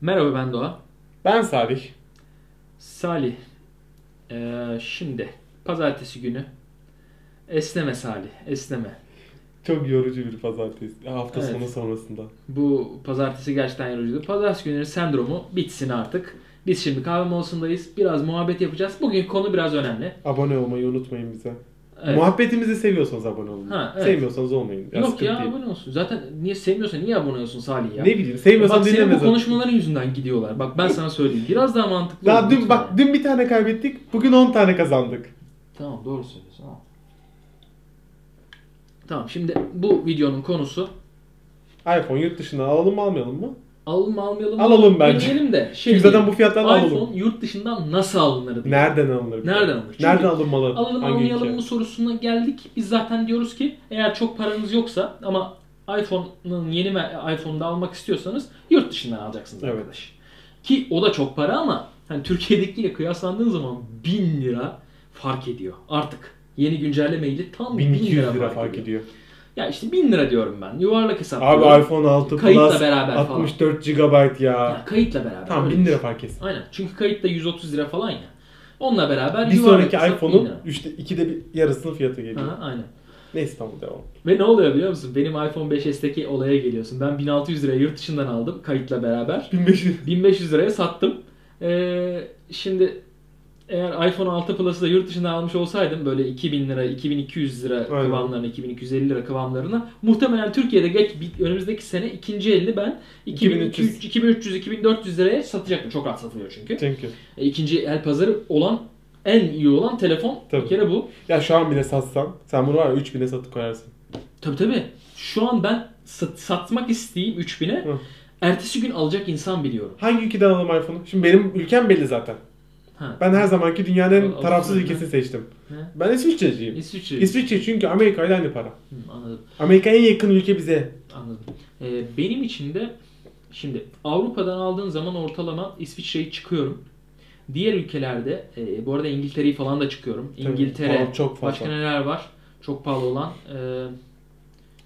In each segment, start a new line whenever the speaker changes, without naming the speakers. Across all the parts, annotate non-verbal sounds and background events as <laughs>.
Merhaba ben Doğa.
Ben Salih.
Salih. Ee, şimdi pazartesi günü. Esneme Salih, esneme.
Çok yorucu bir pazartesi. Hafta
Evet.
sonu sonrasında.
Bu pazartesi gerçekten yorucuydu. Pazartesi günleri sendromu bitsin artık. Biz şimdi kahve molasındayız. Biraz muhabbet yapacağız. Bugün konu biraz önemli.
Abone olmayı unutmayın bize.
Evet.
Muhabbetimizi seviyorsanız abone olun.
Ha, evet.
Sevmiyorsanız olmayın. Ya,
Yok
sıkıntı
ya
değil.
abone olsun. Zaten niye sevmiyorsan niye abone olsun Salih ya?
Ne bileyim sevmiyorsan
Bak senin bu
dinleme zaten.
konuşmaların yüzünden gidiyorlar. Bak ben sana söyleyeyim. Biraz daha mantıklı
Ya
olun
dün
lütfen.
bak dün bir tane kaybettik. Bugün 10 tane kazandık.
Tamam doğru söylüyorsun ama. Tamam şimdi bu videonun konusu
iPhone yurt dışından alalım mı almayalım mı?
alalım mı almayalım mı?
Alalım bence.
Deneyelim de. Şey
Çünkü zaten
değil,
bu fiyatlarla
iPhone
alalım.
yurt dışından nasıl alınır diye.
Nereden alınır? bir de?
Nereden alınır? Çünkü
Nereden alınmalı?
Alalım
Hangi
almayalım
ülke?
mı sorusuna geldik. Biz zaten diyoruz ki eğer çok paranız yoksa ama iPhone'ın yeni me- iPhone'u da almak istiyorsanız yurt dışından alacaksınız
Evet.
arkadaş. Ki o da çok para ama hani Türkiye'dekiyle kıyaslandığın zaman 1000 lira fark ediyor artık. Yeni güncellemeyle tam
1200
1000
lira, fark ediyor.
Ya işte 1000 lira diyorum ben. Yuvarlak hesap.
Abi
diyorum.
iPhone 6
Kayıtla
Plus
beraber falan.
64 GB ya.
Ya kayıtla beraber.
Tamam
öyle
1000
düşün.
lira fark etsin.
Aynen. Çünkü kayıtta 130 lira falan ya. Onunla beraber
Bir
yuvarlak
sonraki
hesap 1000
iPhone'un
lira.
3'te 2'de bir yarısının fiyatı geliyor.
Aha, aynen.
Neyse tamam devam.
Ve ne oluyor biliyor musun? Benim iPhone 5s'teki olaya geliyorsun. Ben 1600 liraya yurt dışından aldım kayıtla beraber.
1500.
1500 liraya sattım. Ee, şimdi eğer iPhone 6 Plus'ı da yurt dışından almış olsaydım böyle 2000 lira, 2200 lira
Aynen.
kıvamlarına, 2250 lira kıvamlarına muhtemelen Türkiye'de geç bir- önümüzdeki sene ikinci elini ben 2300, 2300 2400 liraya satacaktım. Çok rahat satılıyor çünkü.
Çünkü.
E, ikinci el pazarı olan en iyi olan telefon bir
Tabii.
kere bu.
Ya şu an bile satsan sen bunu var ya 3000'e satıp koyarsın.
Tabii tabii. Şu an ben sat- satmak isteyeyim 3000'e.
Hı.
Ertesi gün alacak insan biliyorum.
Hangi ülkeden alalım iPhone'u? Şimdi benim ülkem belli zaten.
Ha.
Ben her zamanki dünyanın
Al-
en tarafsız
alışveriş
ülkesini seçtim.
Ne?
Ben İsviçreciyim.
İsviçre.
İsviçre çünkü Amerika ile aynı para.
Hı, anladım.
Amerika en yakın ülke bize.
Anladım. Ee, benim için de şimdi Avrupa'dan aldığın zaman ortalama İsviçre'yi çıkıyorum. Diğer ülkelerde e, bu arada İngiltere'yi falan da çıkıyorum.
Tabii,
İngiltere.
pahalı, çok fazla.
Başka neler var? Çok pahalı olan.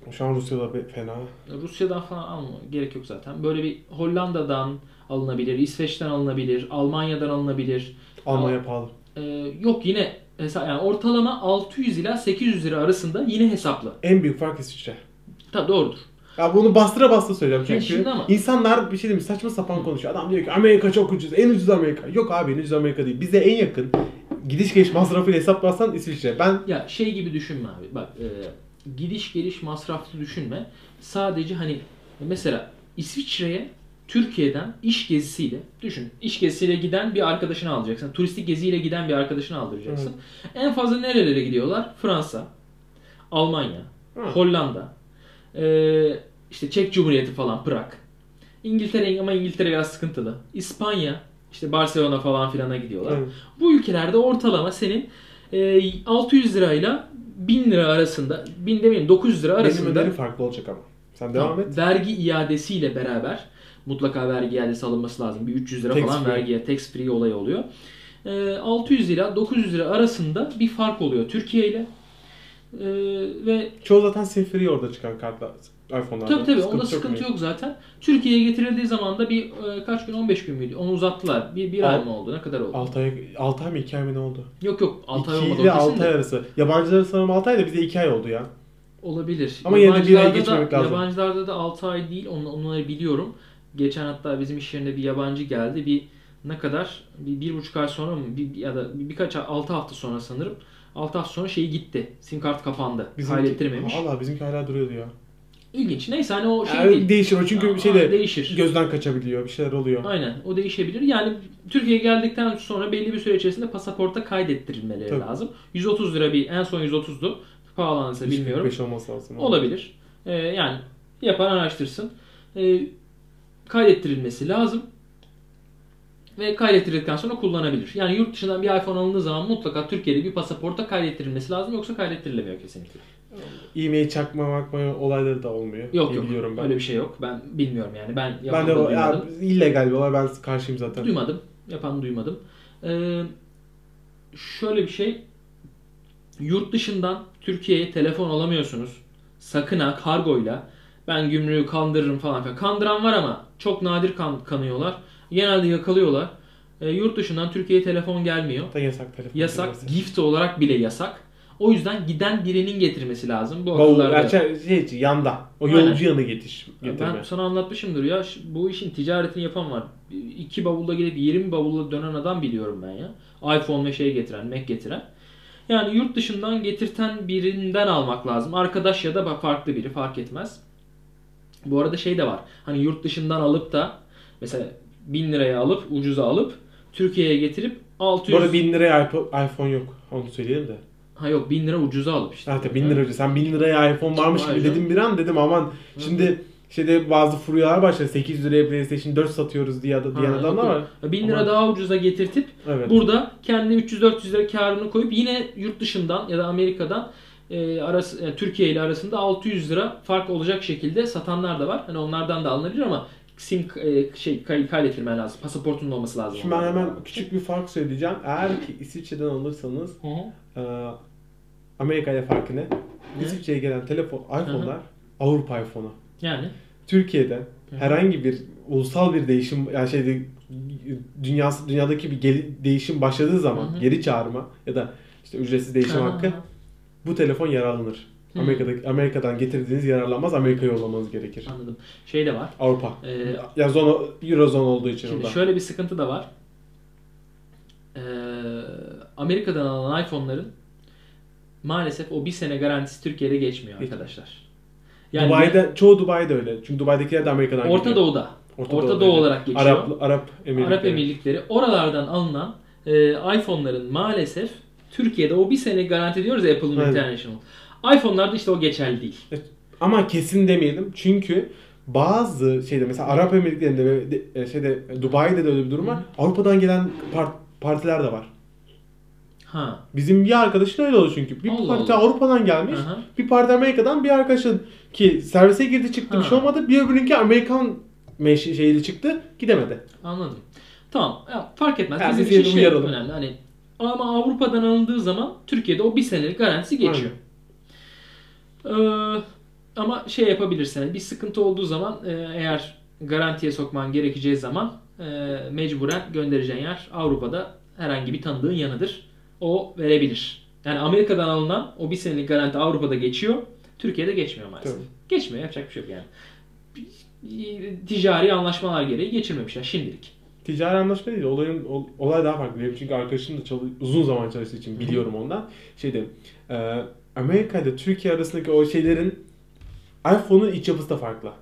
e,
Şu an Rusya'da be- fena.
Rusya'dan falan alma gerek yok zaten. Böyle bir Hollanda'dan alınabilir, İsveç'ten alınabilir, Almanya'dan alınabilir.
Almanya pahalı.
Ee, yok yine hesa- yani ortalama 600 ila 800 lira arasında yine hesaplı.
En büyük fark İsviçre.
Tabii doğrudur.
Ya bunu bastıra bastıra söyleyeceğim
Ya
çünkü
şimdi ama-
insanlar bir şey diyeyim mi, saçma sapan konuşuyor. Adam diyor ki Amerika çok ucuz, en ucuz Amerika. Yok abi en ucuz Amerika değil. Bize en yakın gidiş geliş masrafıyla hesaplarsan İsviçre. Ben
Ya şey gibi düşünme abi. Bak e, gidiş geliş masraflı düşünme. Sadece hani mesela İsviçre'ye Türkiye'den iş gezisiyle düşün. iş gezisiyle giden bir arkadaşını alacaksın. Turistik geziyle giden bir arkadaşını aldıracaksın. En fazla nerelere gidiyorlar? Fransa, Almanya,
Ha.
Hollanda, eee, işte Çek Cumhuriyeti falan, Prag. İngiltere ama İngiltere biraz sıkıntılı. İspanya, işte Barcelona falan filana gidiyorlar.
Evet.
Bu ülkelerde ortalama senin eee, 600 lirayla 1000 lira arasında, 1000 demeyeyim 900 lira
Benim
arasında
önerim farklı olacak ama. Sen devam et.
vergi iadesiyle beraber mutlaka vergi iadesi alınması lazım. Bir 300 lira
Tax
falan
free.
vergiye tax free olay oluyor. Ee, 600 lira 900 lira arasında bir fark oluyor Türkiye ile. Ee, ve
Çoğu zaten seferi orada çıkan kartlar. iPhone'larda.
tabii tabii onda
çok
sıkıntı
büyük.
yok zaten. Türkiye'ye getirildiği zaman da bir e, kaç gün 15 gün müydü? Onu uzattılar. Bir, bir ay
Al-
mı oldu? Ne kadar oldu?
Altı ay, 6 ay mı 2 ay mı ne oldu?
yok yok 6 ay
2
olmadı.
ile
o kesin
6
de.
ay arası. Yabancılara sanırım 6 ay da bize 2 ay oldu ya.
Olabilir.
Ama yine de bir ay
Yabancılarda da-
geçmemek lazım.
Yabancılarda da 6 ay değil. on- onları biliyorum. Geçen hatta bizim iş yerine bir yabancı geldi. Bir ne kadar? Bir, bir buçuk ay sonra mı? Bir, ya da bir- birkaç ay, 6 hafta sonra sanırım. 6 hafta sonra şey gitti. Sim kart kapandı. Kaydettirmemiş.
Allah bizimki hala duruyordu ya.
İlginç. Neyse hani o şey
Yani
değil.
değişir o çünkü
Aa,
şeyde
değişir.
gözden kaçabiliyor bir şeyler oluyor.
Aynen. O değişebilir. Yani Türkiye'ye geldikten sonra belli bir süre içerisinde pasaporta kaydettirilmeleri
Tabii.
lazım. 130 lira bir en son 130'du. Pahalanırsa bilmiyorum.
5 olması lazım.
Olabilir. Ee, yani yapan araştırsın. Ee, kaydettirilmesi lazım. Ve kaydettirildikten sonra kullanabilir. Yani yurt dışından bir iPhone alındığı zaman mutlaka Türkiye'de bir pasaporta kaydettirilmesi lazım. Yoksa kaydettirilemiyor kesinlikle.
İğmeyi çakma makma olayları da olmuyor.
Yok
diye
yok.
biliyorum ben.
Öyle bir şey yok. Ben bilmiyorum yani. Ben yapan
ben de
da
o, ya,
duymadım.
illegal bir olay ben karşıyım zaten.
Duymadım. Yapan duymadım. Ee, şöyle bir şey. Yurt dışından Türkiye'ye telefon alamıyorsunuz. Sakın ha kargoyla ben gümrüğü kandırırım falan filan. Kandıran var ama çok nadir kan kanıyorlar. Genelde yakalıyorlar. E, yurt dışından Türkiye'ye telefon gelmiyor.
Hatta yasak telefon.
Yasak.
numarası.
Gift olarak bile yasak. O yüzden giden birinin getirmesi lazım. Bu
Bavul
akıllarda-
açar şey, yanda. O
Aynen.
yolcu yanı getiş,
Ya
getirme.
Ben sana anlatmışımdır ya şu- bu işin ticaretini yapan var. İki bavulla gelip 20 bavulla dönen adam biliyorum ben ya. iPhone ve şey getiren, Mac getiren. Yani yurt dışından getirten birinden almak lazım. Arkadaş ya da farklı biri fark etmez. Bu arada şey de var. Hani yurt dışından alıp da mesela 1000 liraya alıp ucuza alıp Türkiye'ye getirip
Bu
600
arada 1000 liraya iPo- iPhone yok. Onu söyleyelim de.
ha yok 1000 lira ucuza alıp işte.
Zaten 1000 Ah, lira önce. Sen 1000 liraya iPhone varmış
Aynen.
gibi dedim bir an dedim aman. Şimdi şeyde bazı furyalar başladı. 800 liraya PlayStation 4 satıyoruz diye ad-
Ha,
diyen
yok,
adamlar
yok.
var.
Ya 1000 lira
Ama-
daha ucuza getirtip
Evet.
Burada kendi 300-400 lira karını koyup yine yurt dışından ya da Amerika'dan e, arası, yani Türkiye ile arasında 600 lira fark olacak şekilde satanlar da var. Hani onlardan da alınabilir ama sim e, şey kay- kaydettirmen lazım. Pasaportunun olması lazım.
Şimdi ben hemen küçük bir fark söyleyeceğim. Eğer ki İsviçre'den alırsanız
Hı hı.
e, Amerika ile farkı ne?
Ne?
İsviçre'ye gelen telefon iPhone'lar Avrupa iPhone'u.
Yani
Türkiye'den
Hı.
herhangi bir ulusal bir değişim yani şeyde dünyası dünyadaki bir geri- değişim başladığı zaman
Hı hı.
geri çağırma ya da işte ücretsiz değişim
Aha.
hakkı bu telefon yararlanır.
Hı.
Amerika'daki Amerika'dan getirdiğiniz yararlanmaz Amerika'ya yollamanız gerekir.
anladım. Şey de var.
Avrupa.
Ee,
ya zona Eurozone olduğu için
Şimdi
orada.
şöyle bir sıkıntı da var. Ee, Amerika'dan alınan iPhone'ların maalesef o bir sene garantisi Türkiye'de geçmiyor
Hiç.
arkadaşlar.
Dubai'de çoğu Dubai'de öyle. Çünkü Dubai'dekiler de Amerika'dan
Orta
geliyor.
Doğu'da. Orta,
Doğu'da
Doğu
öyle.
olarak geçiyor.
Arap Arap Emirlikleri.
Arap Emirlikleri. Oralardan alınan e, iPhone'ların maalesef Türkiye'de o bir sene garanti diyoruz ya Apple'ın
Aynen.
International. iPhone'larda işte o geçerli değil.
Ama kesin demeyelim. Çünkü bazı şeyde mesela Arap Emirlikleri'nde ve de- e, şeyde Dubai'de de öyle bir durum var.
Hı hı.
Avrupa'dan gelen par- partiler de var.
Ha.
Bizim bir arkadaşın öyle oldu çünkü. Bir
Allah
parti
Allah.
Avrupa'dan gelmiş.
Aha.
Bir parti Amerika'dan bir arkadaşın ki servise girdi çıktı bir şey
Ha.
olmadı. Bir öbürünki Amerikan meş- şeyli çıktı gidemedi.
Anladım. Tamam. Ya, fark etmez.
Yani
Bizim
biz yine
için
de
şey
uyaralım.
önemli. Hani ama Avrupa'dan alındığı zaman Türkiye'de o bir senelik garantisi geçiyor. Ee, ama şey yapabilirsin. hani Bir sıkıntı olduğu zaman e, eğer garantiye sokman gerekeceği zaman e, mecburen göndereceğin yer Avrupa'da herhangi bir tanıdığın yanıdır. O verebilir. Yani Amerika'dan alınan o bir senelik garanti Avrupa'da geçiyor. Türkiye'de geçmiyor maalesef.
Tabii.
Geçmiyor. Yapacak bir şey yok yani. Ticari anlaşmalar gereği geçirmemişler şimdilik.
Ticari anlaşma değil. Olayın, ol- olay daha farklı. Benim çünkü arkadaşım da çalı- uzun zaman çalıştığı için biliyorum ondan. Şeyde e, Amerika ile Türkiye arasındaki o şeylerin iPhone'un iç yapısı da farklı.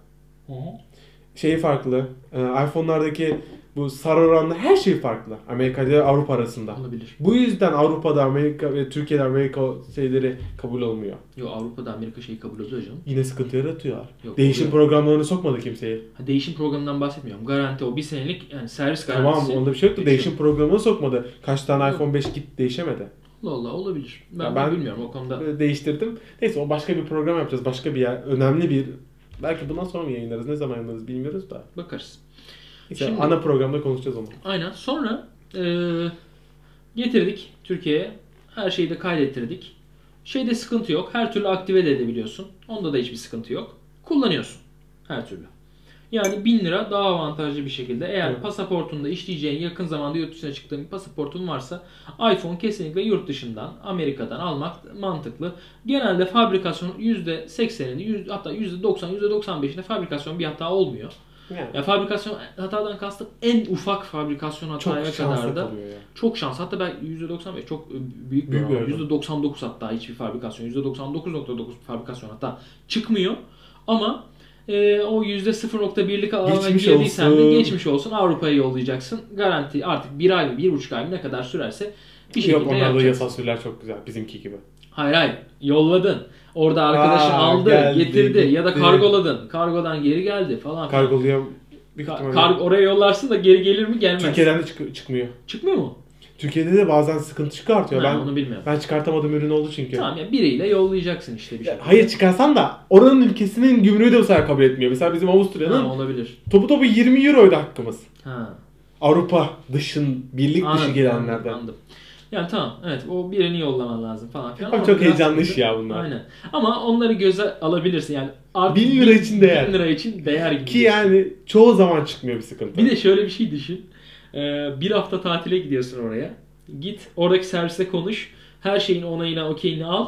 Şeyi farklı. E, iPhone'lardaki bu sarı oranlı her şey farklı. Amerika ile Avrupa arasında.
Olabilir.
Bu yüzden Avrupa'da Amerika ve Türkiye'de Amerika şeyleri kabul olmuyor.
Yo Avrupa'da Amerika şeyi kabul ediyor canım.
Yine sıkıntı yaratıyorlar.
Yok,
Değişim
oluyor.
programlarını sokmadı kimseye.
Ha, değişim programından bahsetmiyorum. Garanti o bir senelik yani servis garantisi.
Tamam onda bir şey yok da
geçiyor.
değişim programını sokmadı. Kaç tane iPhone 5 git değişemedi.
Allah Allah olabilir. Ben,
Ya
ben
ben-
bilmiyorum o konuda.
Böyle değiştirdim. Neyse o başka bir program yapacağız. Başka bir yer. Önemli bir. Belki bundan sonra mı yayınlarız? Ne zaman yayınlarız bilmiyoruz da.
Bakarız.
Neyse,
Şimdi-
ana programda konuşacağız onu.
Aynen. Sonra eee, getirdik Türkiye'ye. Her şeyi de kaydettirdik. Şeyde sıkıntı yok. Her türlü aktive de edebiliyorsun. Onda da hiçbir sıkıntı yok. Kullanıyorsun. Her türlü. Yani 1000 lira daha avantajlı bir şekilde. Eğer
Evet.
pasaportunda işleyeceğin yakın zamanda yurt dışına çıktığın bir pasaportun varsa iPhone kesinlikle yurt dışından, Amerika'dan almak mantıklı. Genelde fabrikasyon %80'ini, yüz- hatta %90, %95'inde fabrikasyon bir hata olmuyor.
Yani,
Ya fabrikasyon hatadan kastım en ufak fabrikasyon
çok
hataya
şanslı
kadar da
kalıyor ya.
çok şans. Hatta belki %95 çok e, büyük bir
Büyük bir
oran.
oran.
%99 hatta hiçbir fabrikasyon. %99.9 fabrikasyon hatta çıkmıyor. Ama e, o %0.1'lik alana
Geçmiş
girdiysen de
olsun.
geçmiş olsun Avrupa'ya yollayacaksın. Garanti artık bir ay mı bir buçuk ay mı ne kadar sürerse bir şekilde
Yok onlarda
yapacaksın.
yasal sürüler çok güzel. Bizimki gibi.
Hayır hayır. Yolladın. Orada arkadaşın
Aa,
aldı,
geldi,
getirdi ya da
gitti.
kargoladın. Kargodan geri geldi falan. filan.
Kargoluya büyük
Ka-
ihtimalle.
kar- oraya yollarsın da geri gelir mi gelmez.
Türkiye'den de çık- çıkmıyor.
Çıkmıyor mu?
Türkiye'de de bazen sıkıntı çıkartıyor.
Ha,
ben
onu bilmiyorum.
ben çıkartamadığım ürün oldu çünkü.
Tamam ya biriyle yollayacaksın işte bir şey.
Ya, Hayır çıkarsan da oranın ülkesinin gümrüğü de bu sefer kabul etmiyor. Mesela bizim Avusturya'nın
Ha, olabilir.
topu topu 20 euroydu hakkımız.
Ha.
Avrupa dışın birlik dışı
Anladım,
gelenlerden.
anladım. Yani tamam evet o birini yollaman lazım falan filan.
Ama
Ama
çok
biraz-
heyecanlı iş ya bunlar.
Aynen. Ama onları göze alabilirsin yani Artık
1000 lira için değer.
bin lira için değer gibi.
Ki yani çoğu zaman çıkmıyor bir sıkıntı.
Bir de şöyle bir şey düşün. Ee, bir hafta tatile gidiyorsun oraya. Git oradaki servise konuş. Her şeyini onayına okeyini al.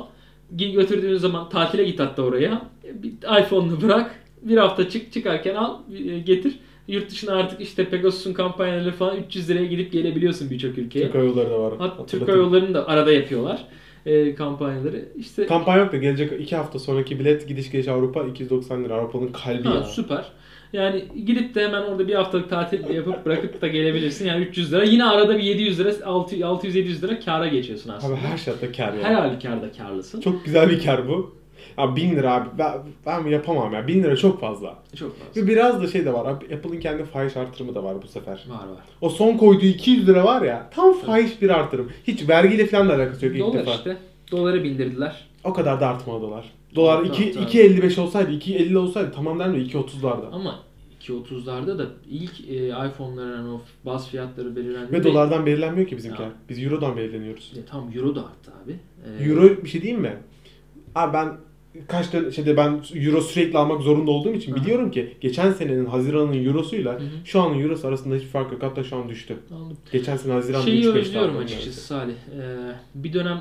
Gi- Götürdüğün zaman tatile git hatta oraya. Bir iPhone'unu bırak. Bir hafta çık çıkarken al e, getir. Yurt dışına artık işte Pegasus'un kampanyaları falan 300 liraya gidip gelebiliyorsun birçok ülkeye.
Türk Hava Yolları da var.
Hatta Türk Hava
Hatırlatayım.
Yolları'nı da arada yapıyorlar e, kampanyaları. İşte
Kampanya yok da gelecek 2 hafta sonraki bilet gidiş geliş Avrupa 290 lira. Avrupa'nın kalbi
Ha,
ya.
süper. Yani gidip de hemen orada bir haftalık tatil yapıp bırakıp da gelebilirsin. Yani 300 lira. Yine arada bir 700 lira, 600-700 lira kâra geçiyorsun
Abi
aslında.
her şartta kar ya.
Her halükarda kârlısın. Çok,
Çok güzel bir kar bu. Abi 1000 lira abi ben, ben yapamam ya. 1000 lira çok fazla.
fazla.
Ve biraz da şey de var. abi, Apple'ın kendi fahiş artırımı da var bu sefer.
Var var.
O son koyduğu 200 lira var ya tam fahiş bir artırım. Hiç vergiyle falan da alakası yok ilk
Dolar
defa.
işte. Doları bindirdiler.
O kadar da artmadı dolar. Dolar
Arttı,
iki-
arttı,
2.55 olsaydı, 2.50 olsaydı tamam der mi? 2.30'larda.
Ama 2.30'larda da ilk e, iPhone'ların o bas fiyatları belirlendi.
Ve dolardan belirlenmiyor ki bizimkiler.
Ya.
Biz Euro'dan belirleniyoruz.
Ya tam Euro da arttı abi. Ee,
Euro bir şey diyeyim mi? Abi ben kaç tane şeyde ben Euro sürekli almak zorunda olduğum için
Hı hı.
biliyorum ki geçen senenin Haziran'ın Euro'suyla
Hı hı.
şu anın Euro'su arasında hiçbir fark yok. Hatta şu an düştü.
Ee, aldım.
Geçen sene Haziran'da
Şeyi
3-5
özlüyorum
daha
açıkçası
fazla.
Salih. Ee, bir dönem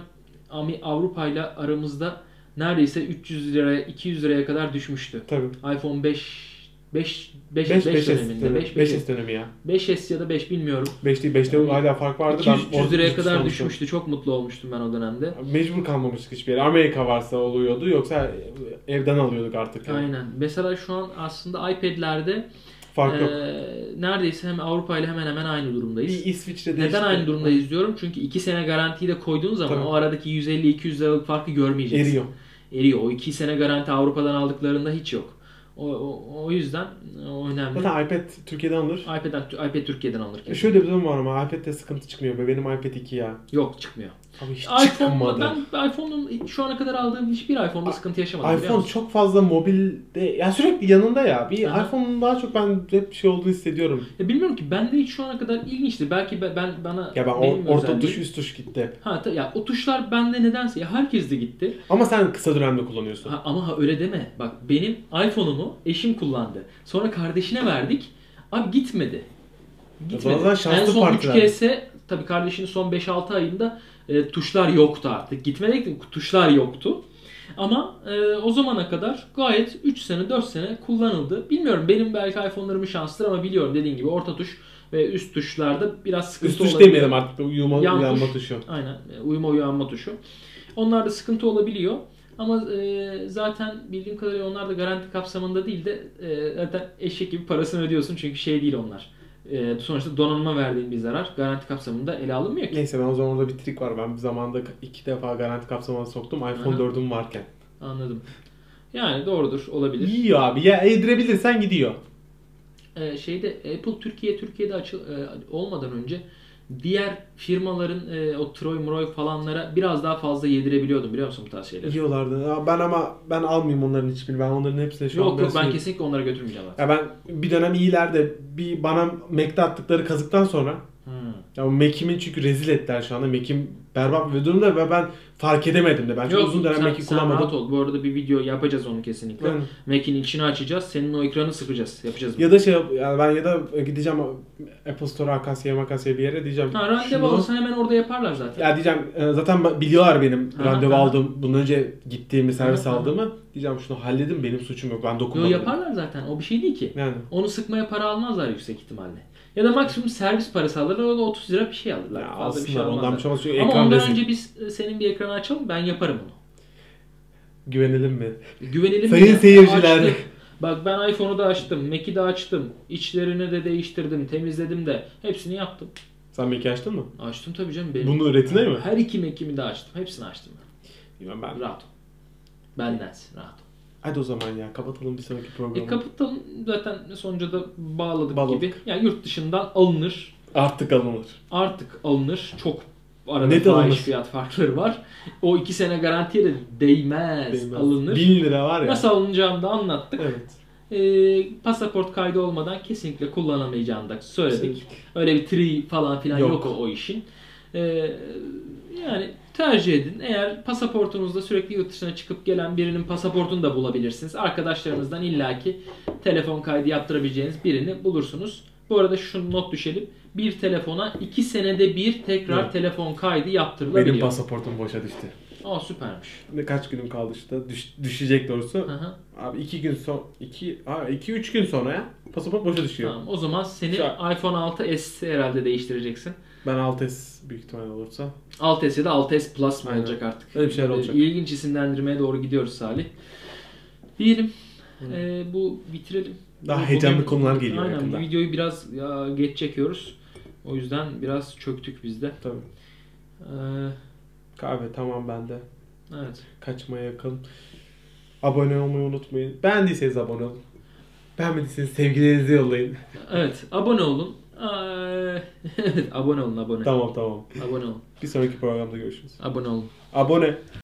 Ami- Avrupa ile aramızda neredeyse 300 liraya 200 liraya kadar düşmüştü.
Tabii.
iPhone 5 5 5
5
5,
5
döneminde 5
dönemi. 5 dönemi ya.
5S ya da 5 bilmiyorum.
5 değil 5'te
Yani
hala fark vardı.
200
orada
300 liraya
düşmüş
kadar
olmuşum.
düşmüştü. Çok mutlu olmuştum ben o dönemde.
Mecbur kalmamıştık hiçbir yere. Amerika varsa oluyordu yoksa evden alıyorduk artık. Yani.
Aynen. Mesela şu an aslında iPad'lerde
Fark
Ee,
yok.
eee, neredeyse hem Avrupa ile hemen hemen aynı durumdayız.
İ- İsviçre'de
Neden
işte-
aynı durumdayız diyorum? Çünkü 2 sene garantiyi de koyduğun zaman
Tabii.
o aradaki 150-200 liralık farkı görmeyeceksin.
Eriyor.
Eriyor. O 2 sene garanti Avrupa'dan aldıklarında hiç yok. O, o, o yüzden o önemli.
Zaten iPad Türkiye'den alınır.
iPad'den, iPad Türkiye'den alır.
E Şöyle bir durum var ama iPad'de sıkıntı çıkmıyor. be. Benim iPad 2 ya.
Yok çıkmıyor.
Abi hiç
iPhone'da
çıkmadı.
ben iPhone'un şu ana kadar aldığım hiçbir iPhone'da sıkıntı yaşamadım. biliyor
iPhone
musun?
çok fazla mobilde ya sürekli yanında ya. Bir
Aha.
iPhone'un daha çok ben hep şey olduğunu hissediyorum.
Ya bilmiyorum ki bende hiç şu ana kadar ilginçti. Belki ben, ben- bana
Ya ben or-
benim
orta
özelliğim-
tuş üst tuş gitti. hep.
Ha ta- ya o tuşlar bende nedense ya herkes de gitti.
Ama sen kısa dönemde kullanıyorsun.
Ha, ama ha, öyle deme. Bak benim iPhone'umu eşim kullandı. Sonra kardeşine verdik. Abi gitmedi. Gitmedi.
Bazen E, şanslı
en son 3
partiler.
kese tabii kardeşinin son 5-6 ayında e, tuşlar yoktu artık. Gitmedik de tuşlar yoktu. Ama e, o zamana kadar gayet 3 sene 4 sene kullanıldı. Bilmiyorum benim belki iPhone'larımı şanstır ama biliyorum dediğin gibi orta tuş ve üst tuşlarda biraz sıkıntı
Üst tuş
olabiliyor.
demeyelim artık. Uyuma,
Yan
uyanma
tuş.
tuşu.
Aynen. e, Uyuma uyanma tuşu. Onlarda sıkıntı olabiliyor. Ama e, zaten bildiğim kadarıyla onlar da garanti kapsamında değil de e, zaten eşek gibi parasını ödüyorsun çünkü şey değil onlar. E, sonuçta donanıma verdiğin bir zarar garanti kapsamında ele alınmıyor ki.
Neyse ben o zaman orada bir trik var. Ben bir zamanda iki defa garanti kapsamına soktum. iPhone
Aha.
4'üm varken.
Anladım. Yani doğrudur olabilir.
İyi abi ya yedirebilirsen gidiyor.
E, şeyde Apple Türkiye Türkiye'de açıl e, olmadan önce diğer firmaların e, o Troy Mroy falanlara biraz daha fazla yedirebiliyordum biliyor musun bu tarz şeyleri?
Yiyorlardı. Ya Ben ama ben almayayım onların hiçbirini. Ben onların hepsini şu an
Yok yok
biraz
ben
şey-
kesinlikle onlara götürmeyeceğim artık.
Ya ben bir dönem iyiler de bir bana Mac'te attıkları kazıktan sonra
Hmm.
ya Mac'imin çünkü rezil ettiler şu anda. Mac'im berbat bir durumda ve ben fark edemedim de. Ben çok
Yok,
uzun dönem
sen-
Mac'i
sen rahat
kullanmadım.
ol. Bu arada bir video yapacağız onu kesinlikle.
Aynen.
Mac'in içini açacağız. Senin o ekranı sıkacağız. Yapacağız. bunu.
Ya da şey yap- yani ben ya da gideceğim Apple Store'a Akasya'ya Makasya'ya bir yere diyeceğim.
Ha, randevu
şunu-
olsa hemen orada yaparlar zaten.
Ya diyeceğim e, zaten ba- biliyorlar benim
Aha,
randevu
aha.
aldığım, bundan önce gittiğimi, servis
Aha, aha.
aldığımı. Diyeceğim şunu halledin benim suçum yok. Ben
Yo,
dokunmadım.
yaparlar zaten. O bir şey değil ki.
Yani.
Onu sıkmaya para almazlar yüksek ihtimalle. Ya da maksimum servis parası alırlar. O da 30 lira bir şey alırlar.
Ya
Fazla bir şey
alsınlar, ondan
almazlar.
bir şey olmaz. Çünkü
Ama
ekran
ondan
rezil.
önce biz e, senin bir ekranı açalım. Ben yaparım onu.
Güvenelim mi?
Güvenelim
Sayın
ya.
seyirciler.
Açtım. Bak ben iPhone'u da açtım. Mac'i de açtım. İçlerini de değiştirdim. Temizledim de. Hepsini yaptım.
Sen Mac'i açtın mı?
Açtım tabii canım. Benim.
Bunu retina mi?
Her iki Mac'imi de açtım. Hepsini açtım ben.
Bilmem ben.
Rahat ol. Bendensin. Rahat ol.
Hadi o zaman ya kapatalım bir sonraki programı.
E kapitan zaten sonuca da bağladık,
Bağladık.
gibi. Yani yurt dışından alınır.
Artık alınır.
Artık alınır. Çok arada
Ne de
fahiş
alınır?
fiyat farkları var. O iki sene garantiye de değmez.
Değmez.
Alınır.
1000 lira var ya.
Nasıl alınacağını da anlattık.
Evet.
E, pasaport kaydı olmadan kesinlikle kullanamayacağını da söyledik. Öyle bir tri falan filan yok,
Yok.
o, o işin. Ee, yani tercih edin. Eğer pasaportunuzda sürekli yurt dışına çıkıp gelen birinin pasaportunu da bulabilirsiniz. Arkadaşlarınızdan illaki telefon kaydı yaptırabileceğiniz birini bulursunuz. Bu arada şunu not düşelim. Bir telefona iki senede bir tekrar
Evet.
telefon kaydı yaptırılabiliyor.
Benim pasaportum boşa düştü.
Aa süpermiş.
Ne kaç günüm kaldı işte. Düş- düşecek doğrusu.
Hı hı.
Abi iki gün son iki ha iki üç gün sonra ya pasaport boşa düşüyor.
Tamam. O zaman seni
Şu
iPhone 6s herhalde değiştireceksin.
Ben 6S büyük ihtimal olursa.
6s ya da 6s Plus mı
Aynen.
olacak artık?
Öyle bir şeyler olacak.
İlginç isimlendirmeye doğru gidiyoruz Salih. Diyelim. Ee, bu bitirelim.
Daha
Bu-
heyecanlı
bugün-
konular geliyor
Aynen.
yakında.
Bu videoyu biraz ya, geç çekiyoruz. O yüzden biraz çöktük biz de.
Tabii.
Ee,
Kahve tamam bende.
evet.
Kaçmaya yakın. Abone olmayı unutmayın. Beğendiyseniz abone olun. Beğenmediyseniz sevgilerinizi yollayın. <laughs>
Evet. Abone olun. Ee, <laughs> evet. Abone olun. Abone.
tamam tamam.
Abone olun.
Bir sonraki programda görüşürüz.
Abone olun.
Abone.